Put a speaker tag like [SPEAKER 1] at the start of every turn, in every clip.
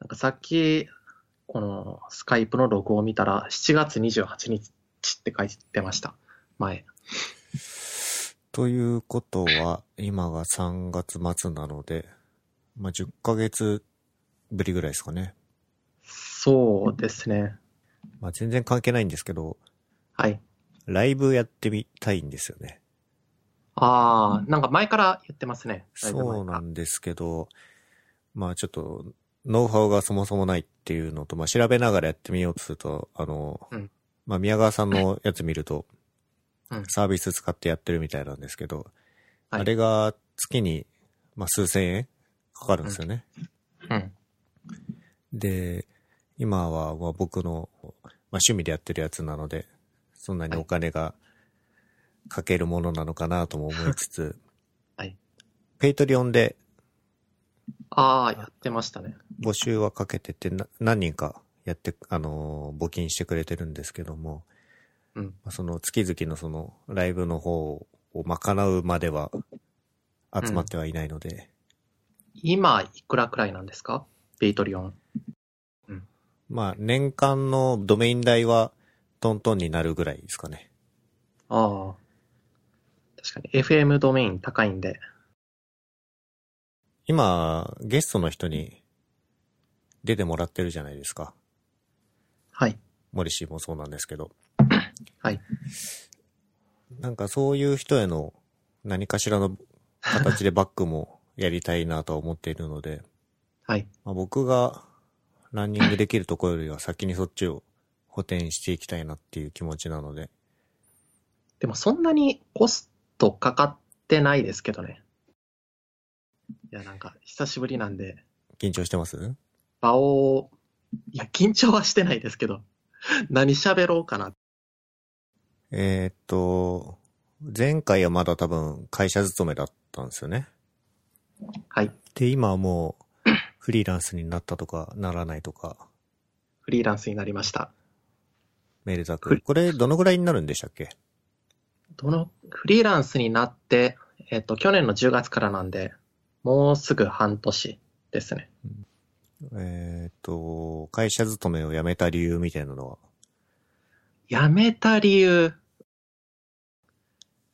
[SPEAKER 1] なんかさっき、このスカイプのロゴを見たら、7月28日って書いてました。前。
[SPEAKER 2] ということは、今が3月末なので、まあ、10ヶ月ぶりぐらいですかね。
[SPEAKER 1] そうですね。
[SPEAKER 2] まあ、全然関係ないんですけど、
[SPEAKER 1] はい。
[SPEAKER 2] ライブやってみたいんですよね。
[SPEAKER 1] ああ、なんか前から言ってますね。だいぶ前から
[SPEAKER 2] そうなんですけど、まあちょっと、ノウハウがそもそもないっていうのと、まあ調べながらやってみようとすると、あの、
[SPEAKER 1] うん
[SPEAKER 2] まあ宮川さんのやつ見ると、
[SPEAKER 1] うん
[SPEAKER 2] サービス使ってやってるみたいなんですけど、
[SPEAKER 1] はい
[SPEAKER 2] あれが月に、まあ数千円かかるんですよね。
[SPEAKER 1] うん。
[SPEAKER 2] で、今はまあ僕の、まあ、趣味でやってるやつなので、そんなにお金がかけるものなのかなとも思いつつ、
[SPEAKER 1] はい。
[SPEAKER 2] ペイトリオンで
[SPEAKER 1] ああ、やってましたね。
[SPEAKER 2] 募集はかけてて、な何人かやって、あのー募金してくれてるんですけども、
[SPEAKER 1] うん。
[SPEAKER 2] まあその月々のそのライブの方を賄うまでは集まってはいないので、
[SPEAKER 1] 今、いくらくらいなんですかベイトリオン。
[SPEAKER 2] まあ年間のドメイン代はトントンになるぐらいですかね。
[SPEAKER 1] ああ。確かに FM ドメイン高いんで。
[SPEAKER 2] 今、ゲストの人に出てもらってるじゃないですか。
[SPEAKER 1] はい。
[SPEAKER 2] モリシーもそうなんですけど。
[SPEAKER 1] はい。
[SPEAKER 2] なんかそういう人への何かしらの形でバックもやりたいなとは思っているので、
[SPEAKER 1] はい。
[SPEAKER 2] まあ、僕がランニングできるところよりは先にそっちを補填していきたいなっていう気持ちなので、
[SPEAKER 1] でもそんなにコストかかってないですけどね。いや、なんか久しぶりなんで、
[SPEAKER 2] 緊張してます
[SPEAKER 1] 場を、いや、緊張はしてないですけど、 何喋ろうかな。
[SPEAKER 2] えーっと、前回はまだ多分会社勤めだったんですよね。
[SPEAKER 1] はい。
[SPEAKER 2] で、今はもうフリーランスになったとかならないと か、
[SPEAKER 1] フリーランスになりました。
[SPEAKER 2] メールザ
[SPEAKER 1] フ
[SPEAKER 2] ク。
[SPEAKER 1] リ
[SPEAKER 2] これどのぐらいになるんでしたっけ
[SPEAKER 1] どの、フリーランスになって、えっと、去年の10月からなんで、もうすぐ半年ですね。
[SPEAKER 2] えーっと、会社勤めを辞めた理由みたいなのは、
[SPEAKER 1] 辞めた理由。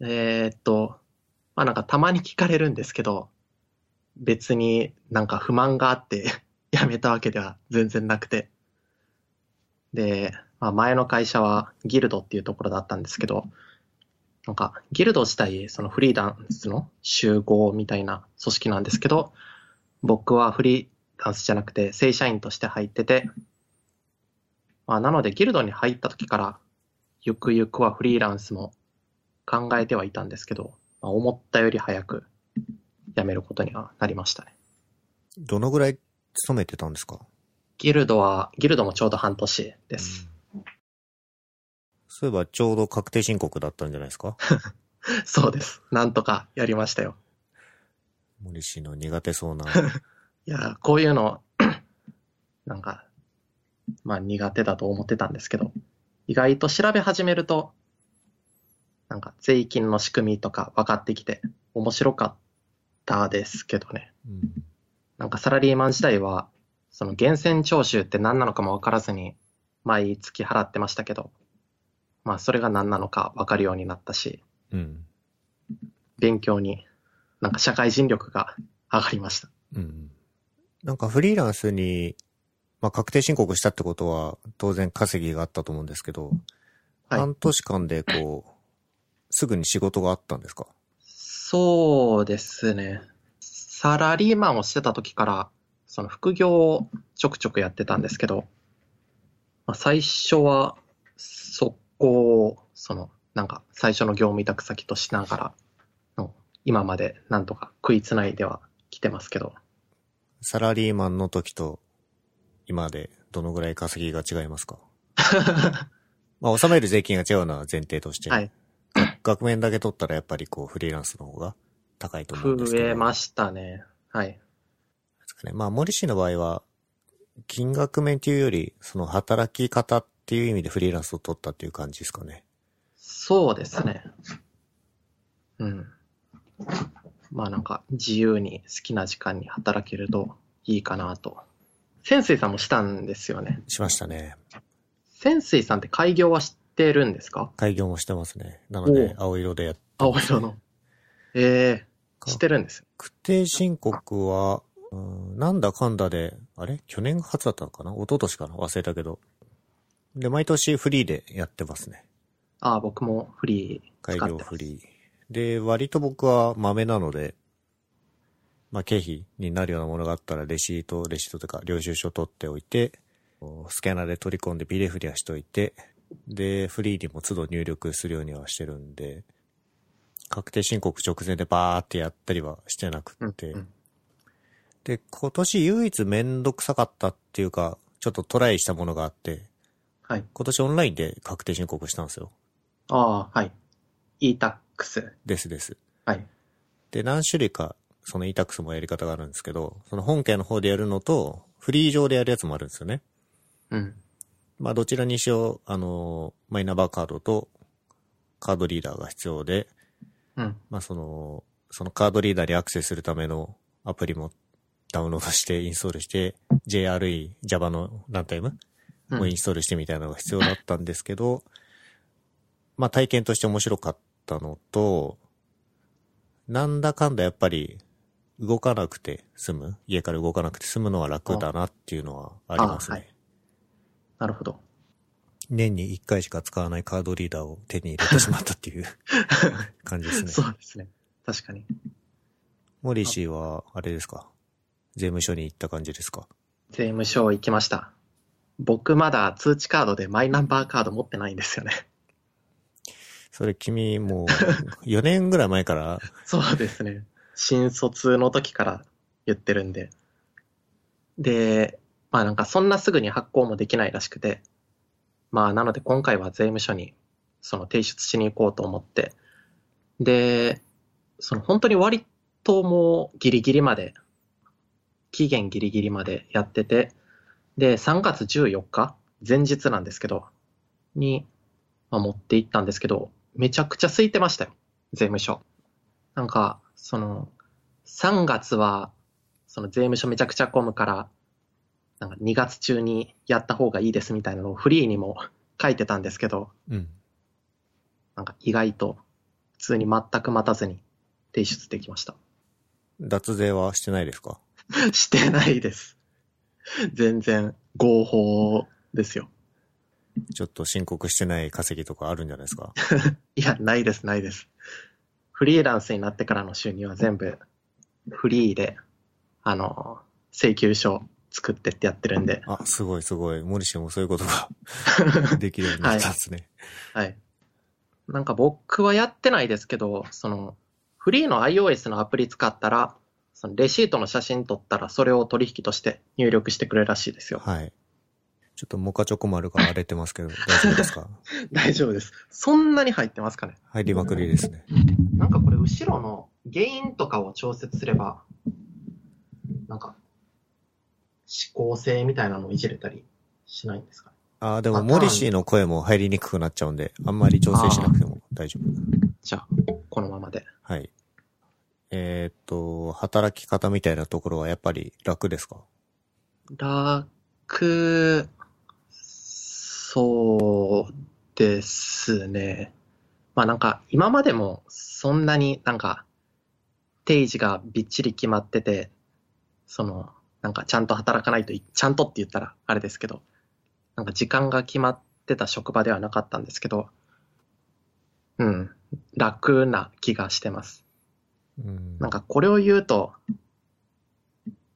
[SPEAKER 1] えーっと、まあなんかたまに聞かれるんですけど、別になんか不満があって 辞めたわけでは全然なくて。で、まあ、前の会社はギルドっていうところだったんですけど、なんかギルド自体そのフリーランスの集合みたいな組織なんですけど、僕はフリーランスじゃなくて正社員として入ってて、まあ、なので、ギルドに入った時から、ゆくゆくはフリーランスも考えてはいたんですけど、まあ、思ったより早く辞めることにはなりましたね。
[SPEAKER 2] どのぐらい勤めてたんですか
[SPEAKER 1] ギルドは、ギルドもちょうど半年です。
[SPEAKER 2] そういえばちょうど確定申告だったんじゃないですか
[SPEAKER 1] そうです。なんとかやりましたよ。
[SPEAKER 2] 森氏の苦 手そうな。
[SPEAKER 1] いやー、こういうの、 なんか、まあ苦手だと思ってたんですけど、意外と調べ始めると、なんか税金の仕組みとか分かってきて、面白かったですけどね。
[SPEAKER 2] うん
[SPEAKER 1] なんかサラリーマン時代は、その源泉徴収って何なのかも分からずに、毎月払ってましたけど、まあそれが何なのか分かるようになったし、
[SPEAKER 2] うん。
[SPEAKER 1] 勉強に、なんか社会人力が上がりました。
[SPEAKER 2] うん。なんかフリーランスに、まあ、確定申告したってことは、当然稼ぎがあったと思うんですけど、
[SPEAKER 1] はい
[SPEAKER 2] 半年間でこう、すぐに仕事があったんですか
[SPEAKER 1] そうですね。サラリーマンをしてた時から、その副業をちょくちょくやってたんですけど、まあ、最初は、速攻を、その、なんか最初の業務委託先としながらの、今までなんとか食いつないでは来てますけど、
[SPEAKER 2] サラリーマンの時と、今でどのぐらい稼ぎが違いま すかまあ、納める税金が違うのは前提として、
[SPEAKER 1] はい、
[SPEAKER 2] 額面だけ取ったらやっぱりこう、フリーランスの方が高いと思うんです
[SPEAKER 1] 増
[SPEAKER 2] けど。
[SPEAKER 1] えましたね。はい。
[SPEAKER 2] ですかね。まあ、森氏の場合は、金額面っていうより、その働き方っていう意味でフリーランスを取ったっていう感じですかね。
[SPEAKER 1] そうですね。うん。まあなんか自由に好きな時間に働けるといいかなと潜水さんもしたんですよね。
[SPEAKER 2] しましたね。
[SPEAKER 1] 潜水さんって開業は知ってるんですか
[SPEAKER 2] 開業もしてますね。なので、青色でやってます
[SPEAKER 1] 青色の。ええ知ってるんですよ。
[SPEAKER 2] 確定申告は、うんなんだかんだで、あれ去年が初だったのかな一昨年かな忘れたけど。で、毎年フリーでやってますね。
[SPEAKER 1] ああ、僕もフリー使
[SPEAKER 2] 開
[SPEAKER 1] ってます。
[SPEAKER 2] 業フリー。で、割と僕は豆なので、まあ、経費になるようなものがあったら、レシート、レシートというか、領収書取っておいて、スキャナーで取り込んで PDF にはしといて、で、フリーにも都度入力するようにはしてるんで、確定申告直前でバーってやったりはしてなくって、
[SPEAKER 1] うんうん
[SPEAKER 2] で、今年唯一めんどくさかったっていうか、ちょっとトライしたものがあって、
[SPEAKER 1] はい。
[SPEAKER 2] 今年オンラインで確定申告したんですよ。
[SPEAKER 1] ああ、はい。e-tax。
[SPEAKER 2] ですです。
[SPEAKER 1] はい。
[SPEAKER 2] で、何種類か、その e-tax もやり方があるんですけど、その本家の方でやるのと、フリー上でやるやつもあるんですよね。
[SPEAKER 1] うん。
[SPEAKER 2] まあ、どちらにしよう、あの、マイナンバーカードと、カードリーダーが必要で、
[SPEAKER 1] うん。
[SPEAKER 2] まあ、その、そのカードリーダーにアクセスするためのアプリもダウンロードして、インストールして、JRE、Java のランタイム
[SPEAKER 1] うん
[SPEAKER 2] もうインストールしてみたいなのが必要だったんですけど、まあ体験として面白かったのと、なんだかんだやっぱり動かなくて済む、家から動かなくて済むのは楽だなっていうのはありますね。
[SPEAKER 1] あはいなるほど。
[SPEAKER 2] 年に1回しか使わないカードリーダーを手に入れてしまったっ ていう感じですね。
[SPEAKER 1] そうですね。確かに。
[SPEAKER 2] モリシーは、あれですか税務署に行った感じですか
[SPEAKER 1] 税務署行きました。僕まだ通知カードでマイナンバーカード持ってないんですよね。
[SPEAKER 2] それ君 もう4年ぐらい前から
[SPEAKER 1] そうですね。新卒の時から言ってるんで。で、まあなんかそんなすぐに発行もできないらしくて、まあなので今回は税務署にその提出しに行こうと思って、で、その本当に割ともうギリギリまで、期限ギリギリまでやってて、で、3月14日、前日なんですけど、に、まあ、持って行ったんですけど、めちゃくちゃ空いてましたよ、税務署。なんか、その、3月は、その税務署めちゃくちゃ混むから、なんか2月中にやった方がいいですみたいなのをフリーにも書いてたんですけど、
[SPEAKER 2] うん。
[SPEAKER 1] なんか意外と普通に全く待たずに提出できました。
[SPEAKER 2] 脱税はしてないですか
[SPEAKER 1] してないです。全然合法ですよ。
[SPEAKER 2] ちょっと申告してない稼ぎとかあるんじゃないですか
[SPEAKER 1] いや、ないです、ないです。フリーランスになってからの収入は全部フリーで、あの、請求書作ってってやってるんで、
[SPEAKER 2] あ、すごいすごい。モリシーもそういうことができるようになったんですね。
[SPEAKER 1] はい。なんか僕はやってないですけど、その、フリーの iOS のアプリ使ったら、そのレシートの写真撮ったら、それを取引として入力してくれるらしいですよ。
[SPEAKER 2] はい。ちょっとモカチョコ丸が荒れてますけど、大丈夫ですか
[SPEAKER 1] 大丈夫です。そんなに入ってますかね
[SPEAKER 2] 入りまくりですね。
[SPEAKER 1] なんかこれ、後ろの原因とかを調節すれば、なんか、指向性みたいなのをいじれたりしないんですかね
[SPEAKER 2] あーでも
[SPEAKER 1] パター
[SPEAKER 2] モ
[SPEAKER 1] ン
[SPEAKER 2] リシーの声も入りにくくなっちゃうんで、あんまり調整しなくても大丈夫。
[SPEAKER 1] じゃあ、このままで。
[SPEAKER 2] はい。えーっと、働き方みたいなところはやっぱり楽ですか
[SPEAKER 1] 楽、そうですね。まあなんか今までもそんなになんか定時がびっちり決まってて、そのなんかちゃんと働かないとい、ちゃんとって言ったらあれですけど、なんか時間が決まってた職場ではなかったんですけど、うん、楽な気がしてます。
[SPEAKER 2] うん。
[SPEAKER 1] なんかこれを言うと、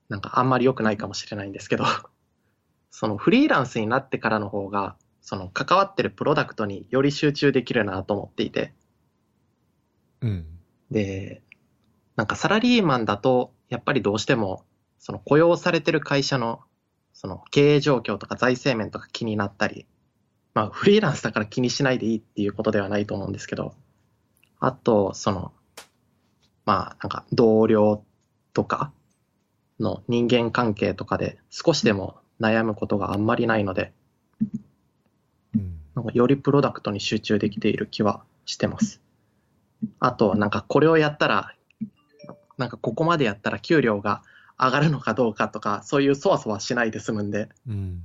[SPEAKER 1] なんかあんまり良くないかもしれないんですけど、 そのフリーランスになってからの方が、その関わってるプロダクトにより集中できるなと思っていて、
[SPEAKER 2] うん。
[SPEAKER 1] で、なんかサラリーマンだと、やっぱりどうしても、その雇用されてる会社の、その経営状況とか財政面とか気になったり、まあフリーランスだから気にしないでいいっていうことではないと思うんですけど、あと、その、まあなんか同僚とかの人間関係とかで少しでも悩むことがあんまりないので、
[SPEAKER 2] うん。
[SPEAKER 1] なんかよりプロダクトに集中できている気はしてます。あと、なんかこれをやったら、なんかここまでやったら給料が上がるのかどうかとか、そういうそわそわしないで済むんで、
[SPEAKER 2] うん。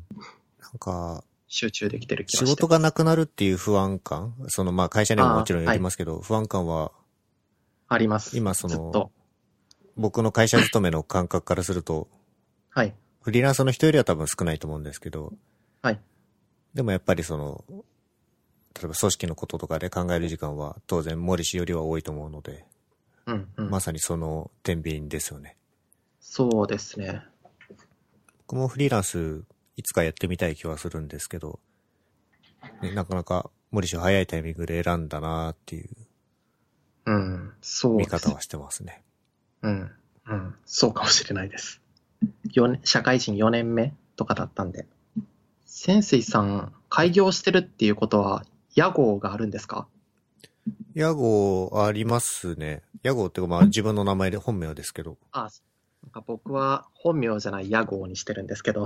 [SPEAKER 2] なんか、
[SPEAKER 1] 集中できてる気がし
[SPEAKER 2] 仕
[SPEAKER 1] て。
[SPEAKER 2] 事がなくなるっていう不安感その、まあ、会社にももちろんよりますけど、不安感は、
[SPEAKER 1] あります。
[SPEAKER 2] 今その
[SPEAKER 1] ずっと。
[SPEAKER 2] 僕の会社勤めの感覚からすると、
[SPEAKER 1] はい。
[SPEAKER 2] フリーランスの人よりは多分少ないと思うんですけど、
[SPEAKER 1] はい。
[SPEAKER 2] でもやっぱりその、例えば組織のこととかで考える時間は当然森氏よりは多いと思うので、
[SPEAKER 1] うん、うん。
[SPEAKER 2] まさにその天秤ですよね。
[SPEAKER 1] そうですね。
[SPEAKER 2] 僕もフリーランスいつかやってみたい気はするんですけど、ねなかなか森氏を早いタイミングで選んだなっていう
[SPEAKER 1] うん。そうで
[SPEAKER 2] 見
[SPEAKER 1] す。
[SPEAKER 2] 方はしてますね。
[SPEAKER 1] うん。うん。そうかもしれないです。四年社会人4年目とかだったんで。潜水さん、開業してるっていうことは、屋号があるんですか
[SPEAKER 2] 屋号ありますね。屋号っていうかまあ自分の名前で本名ですけど、
[SPEAKER 1] あ、なんか僕は本名じゃない屋号にしてるんですけど、
[SPEAKER 2] ん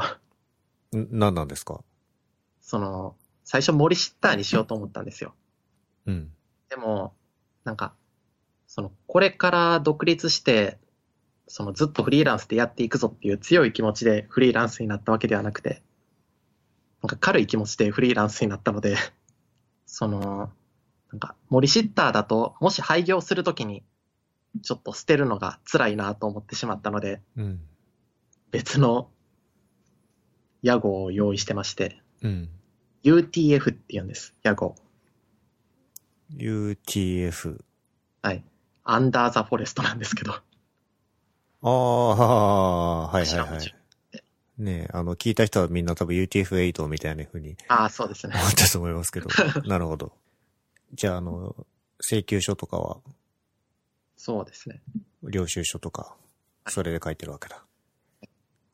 [SPEAKER 2] 何なんですか
[SPEAKER 1] その、最初森シッターにしようと思ったんですよ。
[SPEAKER 2] うん。
[SPEAKER 1] でも、なんか、その、これから独立して、そのずっとフリーランスでやっていくぞっていう強い気持ちでフリーランスになったわけではなくて、なんか軽い気持ちでフリーランスになったので、 その、なんか森シッターだと、もし廃業するときに、ちょっと捨てるのが辛いなと思ってしまったので、
[SPEAKER 2] うん。
[SPEAKER 1] 別の屋号を用意してまして、
[SPEAKER 2] うん。
[SPEAKER 1] UTF って言うんです、屋号。
[SPEAKER 2] UTF。
[SPEAKER 1] はい。アンダーザフォレストなんです けど。
[SPEAKER 2] ああ、はいはい
[SPEAKER 1] 頭
[SPEAKER 2] は
[SPEAKER 1] 文字
[SPEAKER 2] い。ねえあの、聞いた人はみんな多分 UTF8 みたいな風に
[SPEAKER 1] ああ、そうですね
[SPEAKER 2] 思。ったと思い ますけど。なるほど。じゃあ、あの、請求書とかは、
[SPEAKER 1] そうですね。
[SPEAKER 2] 領収書とか、それで書いてるわけだ。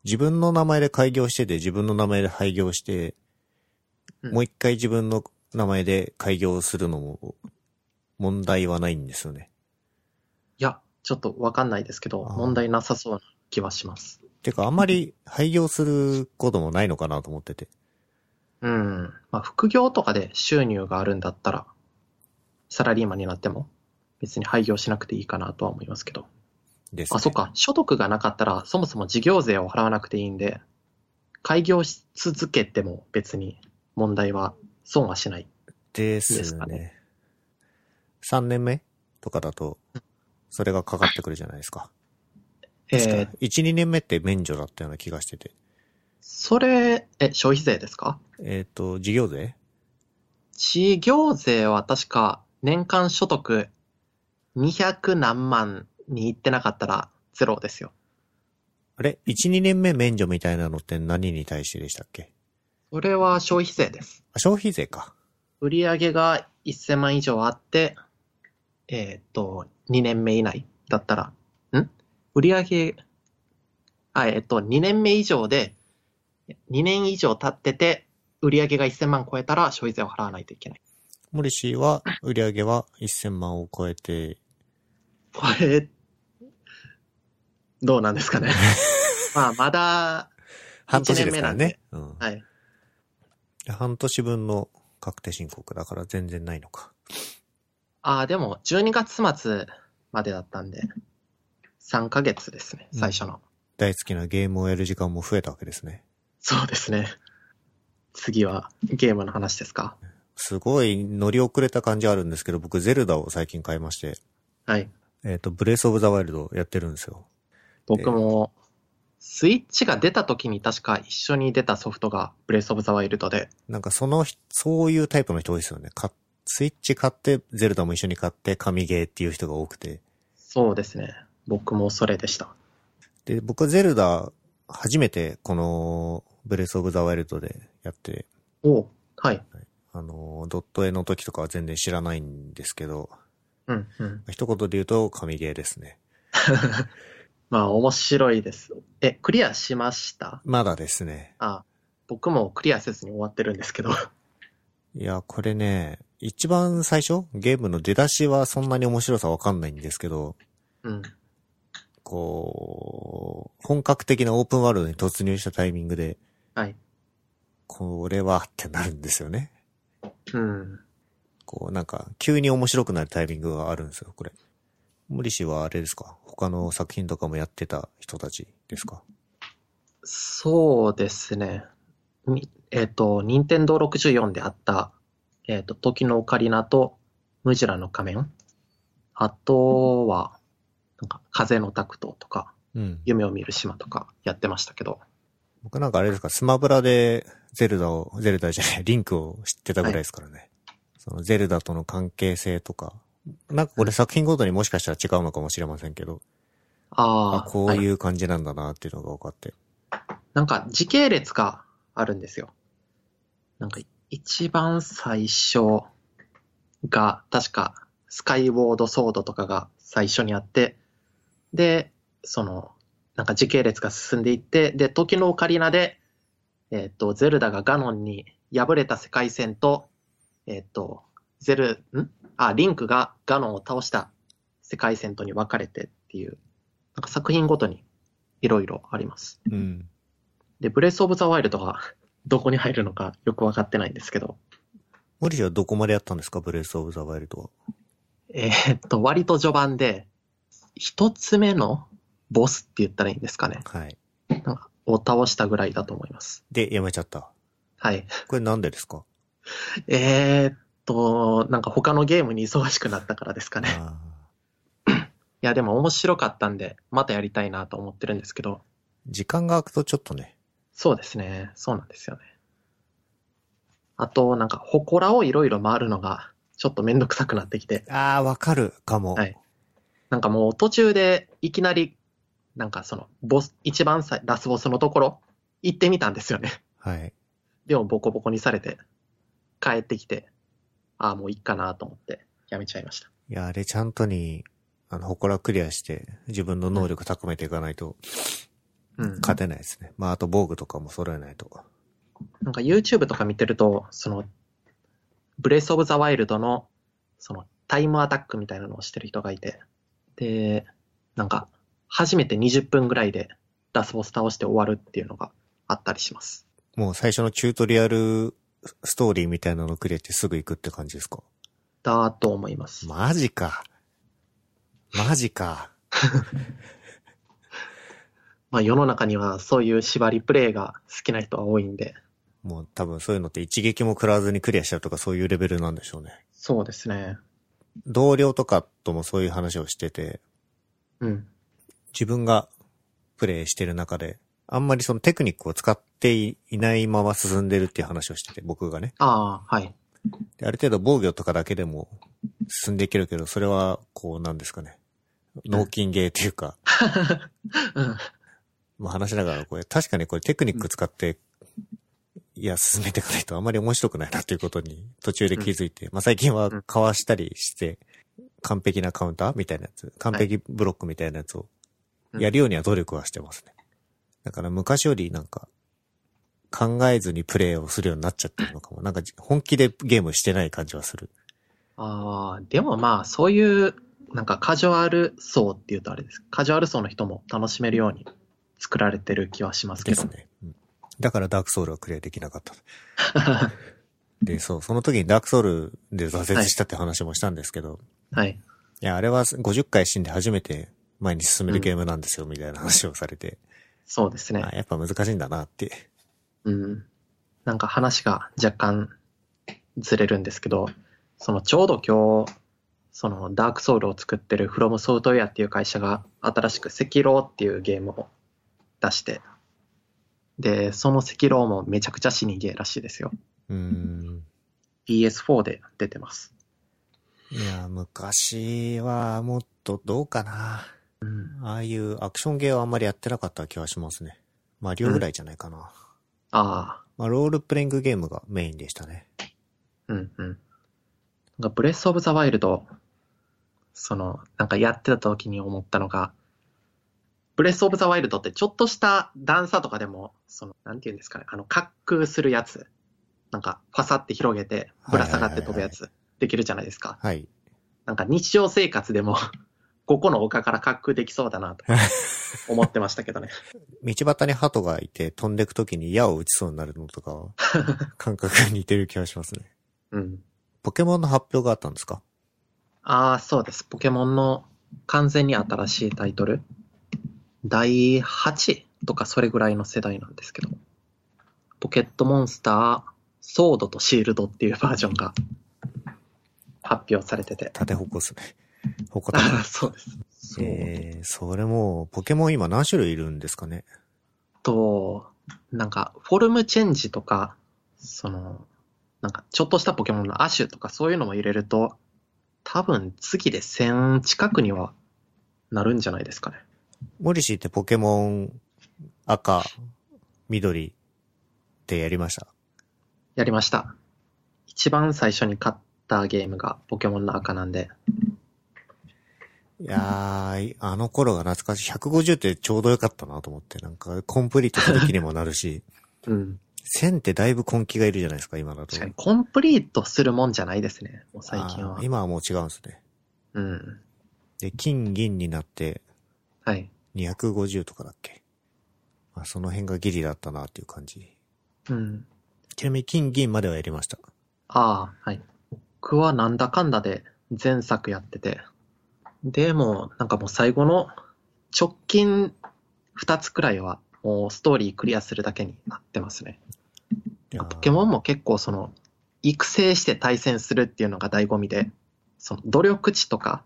[SPEAKER 2] 自分の名前で開業してて、自分の名前で廃業して、
[SPEAKER 1] うん
[SPEAKER 2] もう一回自分の名前で開業するのも、問題はないんですよね。
[SPEAKER 1] いや、ちょっとわかんないですけど、
[SPEAKER 2] あー
[SPEAKER 1] 問題なさそうな気はします。
[SPEAKER 2] てか、あんまり廃業することもないのかなと思ってて。
[SPEAKER 1] うん。まあ、副業とかで収入があるんだったら、サラリーマンになっても、別に廃業しなくていいかなとは思いますけど。
[SPEAKER 2] です、ね。
[SPEAKER 1] あ、そっか。所得がなかったら、そもそも事業税を払わなくていいんで、開業し続けても別に問題は、損はしない。
[SPEAKER 2] です
[SPEAKER 1] ですか
[SPEAKER 2] ね
[SPEAKER 1] ね。
[SPEAKER 2] 3年目とかだと、それがかかってくるじゃないですか。
[SPEAKER 1] え
[SPEAKER 2] 確
[SPEAKER 1] ー
[SPEAKER 2] か、1、2年目って免除だったような気がしてて。
[SPEAKER 1] それ、え、消費税ですか
[SPEAKER 2] えっ、と、事業税
[SPEAKER 1] 事業税は確か年間所得200何万に行ってなかったらゼロですよ。
[SPEAKER 2] あれ ?1、2年目免除みたいなのって何に対してでしたっけ
[SPEAKER 1] それは消費税です。
[SPEAKER 2] あ消費税か。
[SPEAKER 1] 売上が1000万以上あって、えーっと、2年目以内だったら、ん売上、あ、えーっと、2年目以上で、2年以上経ってて、売上が1000万超えたら消費税を払わないといけない。
[SPEAKER 2] モリシーは、売り上げは1000万を超えて、
[SPEAKER 1] これ、どうなんです かね。まあ、まだ、
[SPEAKER 2] 半年ですからね。うん
[SPEAKER 1] はい。
[SPEAKER 2] 半年分の確定申告だから全然ないのか。
[SPEAKER 1] ああ、でも、12月末までだったんで、3ヶ月ですね、
[SPEAKER 2] うん
[SPEAKER 1] 最初の。
[SPEAKER 2] 大好きなゲームをやる時間も増えたわけですね。
[SPEAKER 1] そうですね。次はゲームの話ですか
[SPEAKER 2] すごい乗り遅れた感じあるんですけど、僕ゼルダを最近買いまして、
[SPEAKER 1] はい。
[SPEAKER 2] えっ、と、ブレイスオブザワイルドやってるんですよ。
[SPEAKER 1] 僕も、スイッチが出た時に確か一緒に出たソフトがブレイスオブザワイルドで、
[SPEAKER 2] なんかその人、そういうタイプの人多いですよね。かスイッチ買って、ゼルダも一緒に買って、神ゲーっていう人が多くて。
[SPEAKER 1] そうですね。僕もそれでした。
[SPEAKER 2] で、僕はゼルダ、初めてこの、ブレイスオブザワイルドでやって、
[SPEAKER 1] おうはい。
[SPEAKER 2] あの、ドット絵の時とかは全然知らないんですけど、
[SPEAKER 1] うん、うん。
[SPEAKER 2] 一言で言うと神ゲーですね。
[SPEAKER 1] まあ、面白いです。え、クリアしました
[SPEAKER 2] まだですね。
[SPEAKER 1] あ、僕もクリアせずに終わってるんですけど。
[SPEAKER 2] いや、これね、一番最初ゲームの出だしはそんなに面白さわかんないんですけど、
[SPEAKER 1] うん。
[SPEAKER 2] こう、本格的なオープンワールドに突入したタイミングで、
[SPEAKER 1] はい。
[SPEAKER 2] これはってなるんですよね。
[SPEAKER 1] うん。
[SPEAKER 2] こう、なんか、急に面白くなるタイミングがあるんですよ、これ。森氏はあれですか他の作品とかもやってた人たちですか
[SPEAKER 1] そうですね。にえっ、と、任天堂64であった、えっ、と、時のオカリナとムジュラの仮面。あとは、なんか、風のタクトとか、
[SPEAKER 2] うん。
[SPEAKER 1] 夢を見る島とかやってましたけど。
[SPEAKER 2] 僕なんかあれですか、スマブラでゼルダを、ゼルダじゃない、リ ンクを知ってたぐらいですからね。そのゼルダとの関係性とか。なんかこれ作品ごとにもしかしたら違うのかもしれませんけど、あ
[SPEAKER 1] ああ、
[SPEAKER 2] こう
[SPEAKER 1] はい
[SPEAKER 2] いう感じなんだなっていうのが分かって。
[SPEAKER 1] なんか時系列があるんですよ。なんか一番最初が、確かスカイウォードソードとかが最初にあって、で、その、なんか時系列が進んでいって、で、時のオカリナで、えっ、と、ゼルダがガノンに敗れた世界線と、えっ、と、ゼル、んあ、リンクがガノンを倒した世界線とに分かれてっていう、なんか作品ごとにいろいろあります。
[SPEAKER 2] うん。
[SPEAKER 1] で、ブレスオブザワイルドがどこに入るのかよくわかってないんですけど、
[SPEAKER 2] 森氏はどこまでやったんですかブレイスオブザワイルドは。
[SPEAKER 1] えーっと、割と序盤で、一つ目のボスって言ったらいいんですかね。
[SPEAKER 2] はい。
[SPEAKER 1] なんかを倒したぐらいだと思います。
[SPEAKER 2] で、やめちゃった。
[SPEAKER 1] はい。
[SPEAKER 2] これなんでです か
[SPEAKER 1] えーっと、なんか他のゲームに忙しくなったからですかね。
[SPEAKER 2] あー
[SPEAKER 1] いや、でも面白かったんで、またやりたいなと思ってるんですけど、
[SPEAKER 2] 時間が空くとちょっとね。
[SPEAKER 1] そうですね。そうなんですよね。あと、なんか、祠をいろいろ回るのが、ちょっとめんどくさくなってきて、
[SPEAKER 2] ああ、わかるかも。
[SPEAKER 1] はいなんかもう途中でいきなり、なんかその、ボス、一番最、ラスボスのところ、行ってみたんですよね。
[SPEAKER 2] はい。
[SPEAKER 1] でもボコボコにされて、帰ってきて、ああ、もういいかなと思って、やめちゃいました。
[SPEAKER 2] いや、あれちゃんとに、あの、祠クリアして、自分の能力高めていかないと、
[SPEAKER 1] うん。
[SPEAKER 2] 勝てないですね。まあ、あと防具とかも揃えないと。
[SPEAKER 1] なんか YouTube とか見てると、その、ブレスオブザワイルドの、その、タイムアタックみたいなのをしてる人がいて、で、なんか、初めて20分ぐらいでラスボス倒して終わるっていうのがあったりします。
[SPEAKER 2] もう最初のチュートリアルストーリーみたいなのクリアしてすぐ行くって感じですか
[SPEAKER 1] だと思います。
[SPEAKER 2] マジか。マジか。
[SPEAKER 1] まあ、世の中にはそういう縛りプレイが好きな人は多いんで。
[SPEAKER 2] もう多分そういうのって一撃も食らわずにクリアしちゃうとかそういうレベルなんでしょうね。
[SPEAKER 1] そうですね。
[SPEAKER 2] 同僚とかともそういう話をしてて、
[SPEAKER 1] うん。
[SPEAKER 2] 自分がプレイしてる中で、あんまりそのテクニックを使っていないまま進んでるっていう話をしてて、僕がね。
[SPEAKER 1] ああ、はい。
[SPEAKER 2] である程度防御とかだけでも進んでいけるけど、それはこうなんですかね。脳筋ゲーというか、
[SPEAKER 1] うん。
[SPEAKER 2] まあ話しながらこれ、確かにこれテクニック使って、いや、進めていかないとあんまり面白くないなっていうことに途中で気づいて、まあ最近はかわしたりして、完璧なカウンターみたいなやつ、完璧ブロックみたいなやつを
[SPEAKER 1] うん
[SPEAKER 2] やるようには努力はしてますね。だから昔よりなんか、考えずにプレイをするようになっちゃってるのかも。なんか本気でゲームしてない感じはする。
[SPEAKER 1] ああ、でもまあ、そういう、なんかカジュアル層っていうとあれです。カジュアル層の人も楽しめるように作られてる気はしますけ
[SPEAKER 2] で
[SPEAKER 1] ど。
[SPEAKER 2] すね。うんだからダークソウルはクリアできなかった。で、そう、その時にダークソウルで挫折したって話もしたんですけど、
[SPEAKER 1] はい。
[SPEAKER 2] いや、あれは50回死んで初めて前に進めるゲームなんですよ、みたいな話をされ て、
[SPEAKER 1] そうですね
[SPEAKER 2] あ。やっぱ難しいんだなって。
[SPEAKER 1] うん。なんか話が若干ずれるんですけど、そのちょうど今日、そのダークソウルを作ってる From Software っていう会社が新しく赤狼っていうゲームを出して、で、その赤狼もめちゃくちゃ死にゲーらしいですよ。
[SPEAKER 2] うーん。
[SPEAKER 1] PS4 で出てます。
[SPEAKER 2] いや、昔はもっとどうかな。ああいうアクションゲーはあんまりやってなかった気はしますね。マリオぐらいじゃないかな。
[SPEAKER 1] ああ、
[SPEAKER 2] まあ、ロールプレイングゲームがメインでしたね。
[SPEAKER 1] うんうん。なんかブレスオブザワイルド、その、なんかやってた時に思ったのが、ブレスオブザワイルドってちょっとした段差とかでも、その、なんていうんですかね、あの、滑空するやつ。なんか、ファサって広げて、ぶら下がって飛ぶやつ、できるじゃないですか。
[SPEAKER 2] はい。
[SPEAKER 1] なんか日常生活でも、 ここの丘から滑空できそうだな、と思ってましたけどね。
[SPEAKER 2] 道端に鳩がいて飛んでく時に矢を撃ちそうになるのとか は、感覚が似てる気がしますね。
[SPEAKER 1] うん。
[SPEAKER 2] ポケモンの発表があったんですか
[SPEAKER 1] ああ、そうです。ポケモンの完全に新しいタイトル。第8とかそれぐらいの世代なんですけど、ポケットモンスター、ソードとシールドっていうバージョンが発表されてて。
[SPEAKER 2] 縦方向っすね。方向
[SPEAKER 1] あそうです。そう。
[SPEAKER 2] えー、それもう、ポケモン今何種類いるんですかね
[SPEAKER 1] と、なんか、フォルムチェンジとか、その、なんか、ちょっとしたポケモンの亜種とかそういうのも入れると、多分次で1000近くにはなるんじゃないですかね。
[SPEAKER 2] モリシーってポケモン、赤、緑ってや りました。
[SPEAKER 1] やりました。一番最初に買ったゲームがポケモンの赤なんで、
[SPEAKER 2] いやー、あの頃が懐かしい。150ってちょうどよかったなと思って。なんか、コンプリートする気にもなるし、
[SPEAKER 1] うん。
[SPEAKER 2] 1000ってだいぶ根気がいるじゃないですか、今だと
[SPEAKER 1] 確。かに、コンプリートするもんじゃないですね、もう最近
[SPEAKER 2] あ
[SPEAKER 1] は
[SPEAKER 2] ー。今はもう違うんですね。
[SPEAKER 1] うん。
[SPEAKER 2] で、金、銀になって、
[SPEAKER 1] はい。
[SPEAKER 2] 250とかだっけ。まあ、その辺がギリだったなっていう感じ。
[SPEAKER 1] うん。
[SPEAKER 2] ちなみに金、銀まではやりました。
[SPEAKER 1] ああ、はい。僕はなんだかんだで前作やってて。でも、なんかもう最後の直近2つくらいは、もうストーリークリアするだけになってますね。ポケモン
[SPEAKER 2] も
[SPEAKER 1] も結構その、育成して対戦するっていうのが醍醐味で、その努力値とか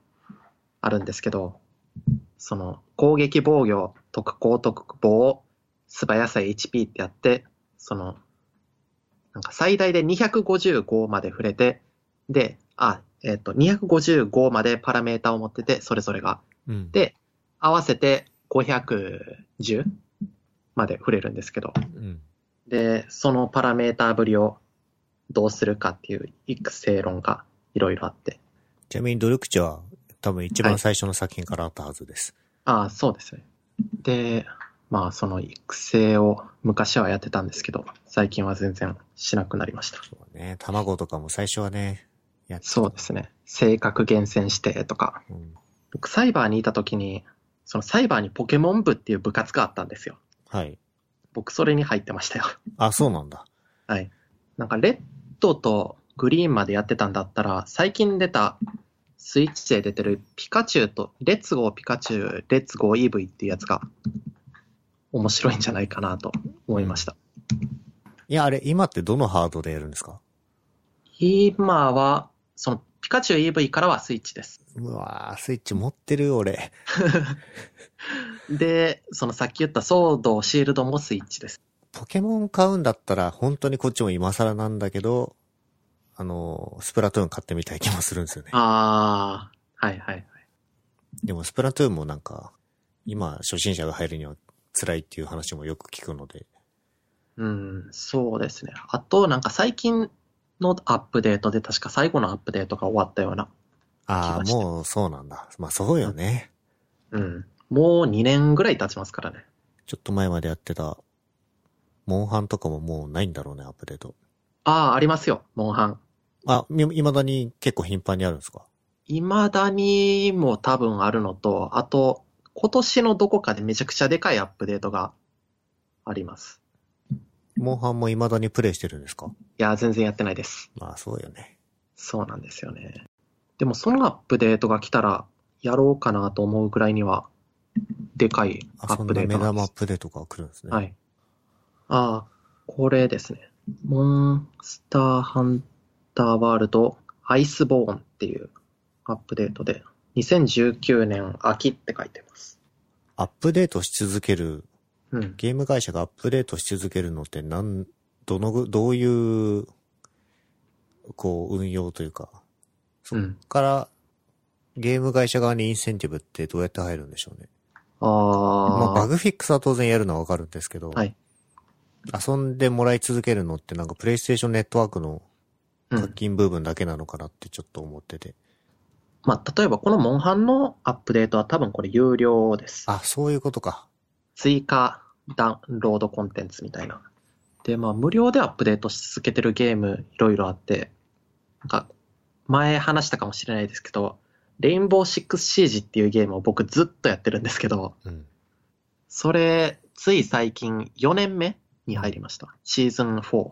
[SPEAKER 1] あるんですけど、その攻撃防御、特攻特防、素早さ HP ってやって、その、なんか最大で255まで触れて、で、あ、えっ、と、255までパラメータを持ってて、それぞれが。
[SPEAKER 2] うん。
[SPEAKER 1] で合わせて510まで触れるんですけど、
[SPEAKER 2] うん。
[SPEAKER 1] で、そのパラメータぶりをどうするかっていう育成論がいろいろあって。
[SPEAKER 2] ちなみに努力値は多分一
[SPEAKER 1] は
[SPEAKER 2] 番
[SPEAKER 1] い
[SPEAKER 2] 最初の作品からあったはずです。
[SPEAKER 1] ああ、そうですね。で、まあその育成を昔はやってたんですけど、最近は全然しなくなりました。
[SPEAKER 2] そうね、卵とかも最初はね、やってた
[SPEAKER 1] そうですね。性格厳選してとか。
[SPEAKER 2] うん
[SPEAKER 1] 僕サイバーにいた時に、そのサイバーにポケモン部っていう部活があったんですよ。
[SPEAKER 2] はい。
[SPEAKER 1] 僕それに入ってましたよ。
[SPEAKER 2] あ、そうなんだ。
[SPEAKER 1] はい。なんか、レッドとグリーンまでやってたんだったら、最近出た、スイッチで出てるピカチュウと、レッツゴーピカチュウ、レッツゴー EV っていうやつが、面白いんじゃないかなと思いました。
[SPEAKER 2] いや、あれ、今ってどのハードでやるんですか
[SPEAKER 1] 今は、その、ピカチュウ EV からはスイッチです。
[SPEAKER 2] うわー、スイッチ持ってる俺。
[SPEAKER 1] で、そのさっき言ったソード、シールドもスイッチです。
[SPEAKER 2] ポケモン買うんだったら、本当にこっちも今更なんだけど、あのー、スプラトゥーン買ってみたい気もするんですよね。
[SPEAKER 1] あー、はいはい。
[SPEAKER 2] でも、スプラトゥーンもなんか、今、初心者が入るには辛いっていう話もよく聞くので。
[SPEAKER 1] うん、そうですね。あと、なんか最近のアップデートで、確か最後のアップデートが終わったような
[SPEAKER 2] あ
[SPEAKER 1] 来ま
[SPEAKER 2] あ、
[SPEAKER 1] した
[SPEAKER 2] もうそうなんだ。まあそうよね。
[SPEAKER 1] うん。もう2年ぐらい経ちますからね。
[SPEAKER 2] ちょっと前までやってた、モンハンとかももうないんだろうね、アップデート。
[SPEAKER 1] ああ、ありますよ、モンハン。
[SPEAKER 2] あ、み、未だに結構頻繁にあるんですか
[SPEAKER 1] 未だにも多分あるのと、あと、今年のどこかでめちゃくちゃでかいアップデートがあります。
[SPEAKER 2] モンハンも未だにプレイしてるんですか
[SPEAKER 1] いや、全然やってないです。
[SPEAKER 2] まあそうよね。
[SPEAKER 1] そうなんですよね。でもそのアップデートが来たら、やろうかなと思うぐらいには、でかい
[SPEAKER 2] あ、
[SPEAKER 1] ア
[SPEAKER 2] そ
[SPEAKER 1] ッ
[SPEAKER 2] ん
[SPEAKER 1] プ
[SPEAKER 2] な
[SPEAKER 1] デー
[SPEAKER 2] 目
[SPEAKER 1] トなんで
[SPEAKER 2] 玉アッ
[SPEAKER 1] す。
[SPEAKER 2] プデートが来るんですね。
[SPEAKER 1] はい。ああ、これですね。モンスターハンターワールドアイスボーンっていうアップデートで、2019年秋って書いてます。
[SPEAKER 2] アップデートし続ける、
[SPEAKER 1] うん。
[SPEAKER 2] ゲーム会社がアップデートし続けるのってなん、どのぐ、どういう、こう、運用というか、そっ
[SPEAKER 1] うん。
[SPEAKER 2] から、ゲーム会社側にインセンティブってどうやって入るんでしょうね。
[SPEAKER 1] ああ、
[SPEAKER 2] まあ、バグフィックスは当然やるのはわかるんですけど、
[SPEAKER 1] はい
[SPEAKER 2] 遊んでもらい続けるのってなんかプレイステーションネットワークの
[SPEAKER 1] う
[SPEAKER 2] 課
[SPEAKER 1] ん。
[SPEAKER 2] 金部分だけなのかなってちょっと思ってて。
[SPEAKER 1] まあ、例えばこのモンハンのアップデートは多分これ有料です。
[SPEAKER 2] あ、そういうことか。
[SPEAKER 1] 追加ダウンロードコンテンツみたいな。で、まあ、無料でアップデートし続けてるゲーム、いろいろあって、なんか、前話したかもしれないですけど、レインボーシックスシージっていうゲームを僕ずっとやってるんですけど、
[SPEAKER 2] うん。
[SPEAKER 1] それ、つい最近4年目に入りました。シーズン4。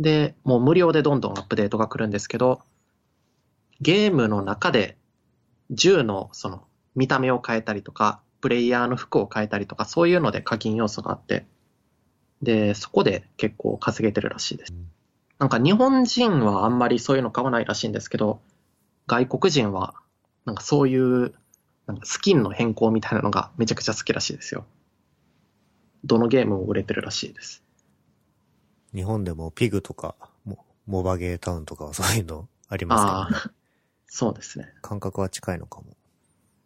[SPEAKER 1] で、もう無料でどんどんアップデートが来るんですけど、ゲームの中で銃のその見た目を変えたりとか、プレイヤーの服を変えたりとか、そういうので課金要素があって、で、そこで結構稼げてるらしいです
[SPEAKER 2] うん。
[SPEAKER 1] なんか日本人はあんまりそういうの買わないらしいんですけど、外国人はなんかそういうなんかスキンの変更みたいなのがめちゃくちゃ好きらしいですよ。どのゲームも売れてるらしいです。
[SPEAKER 2] 日本でもピグとか、モモバゲータウンとかはそういうのありますけど
[SPEAKER 1] あ、あ、そうですね。
[SPEAKER 2] 感覚は近いのかも。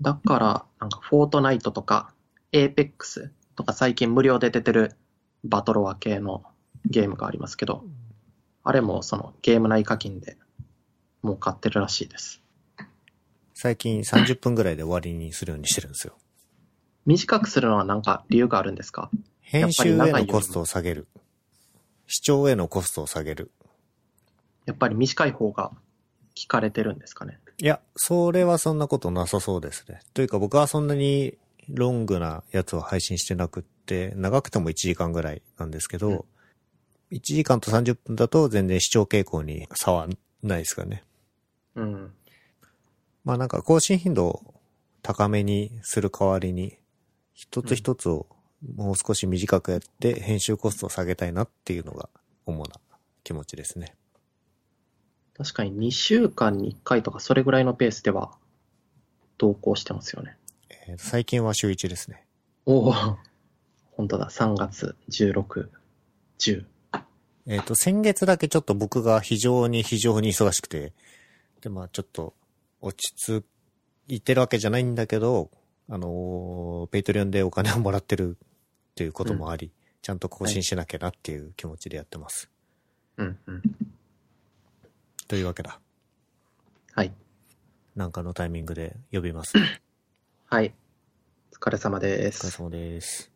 [SPEAKER 1] だから、なんか、フォートナイトとか、エーペックスとか最近無料で出てるバトロワ系のゲームがありますけど、あれもそのゲーム内課金で儲かってるらしいです。
[SPEAKER 2] 最近30分ぐらいで終わりにするようにしてるんですよ。
[SPEAKER 1] 短くするのはなんか理由があるんですか
[SPEAKER 2] 編集へのコストを下げる。視聴へのコストを下げる。
[SPEAKER 1] やっぱり短い方が聞かれてるんですかね。
[SPEAKER 2] いや、それはそんなことなさそうですね。というか僕はそんなにロングなやつを配信してなくって、長くても1時間ぐらいなんですけど、
[SPEAKER 1] うん
[SPEAKER 2] 1時間と30分だと全然視聴傾向に差はないですかね。
[SPEAKER 1] うん。
[SPEAKER 2] まあなんか更新頻度を高めにする代わりに、一つ一つをもう少し短くやって編集コストを下げたいなっていうのが主な気持ちですね。
[SPEAKER 1] 確かに2週間に1回とかそれぐらいのペースでは投稿してますよね。
[SPEAKER 2] えー最近は週1ですね。
[SPEAKER 1] おお、本当だ。3月16、10。
[SPEAKER 2] えっ、と、先月だけちょっと僕が非常に非常に忙しくて、で、まあちょっと落ち着いてるわけじゃないんだけど、あのーペイトリオンでお金をもらってる っていうこともあり、ちゃんと更新しなきゃなっていう気持ちでやってます。
[SPEAKER 1] うんうん。
[SPEAKER 2] というわけだ。
[SPEAKER 1] はい。
[SPEAKER 2] なんかのタイミングで呼びます。
[SPEAKER 1] はい。お疲れ様で
[SPEAKER 2] お疲れ
[SPEAKER 1] す。
[SPEAKER 2] 様です。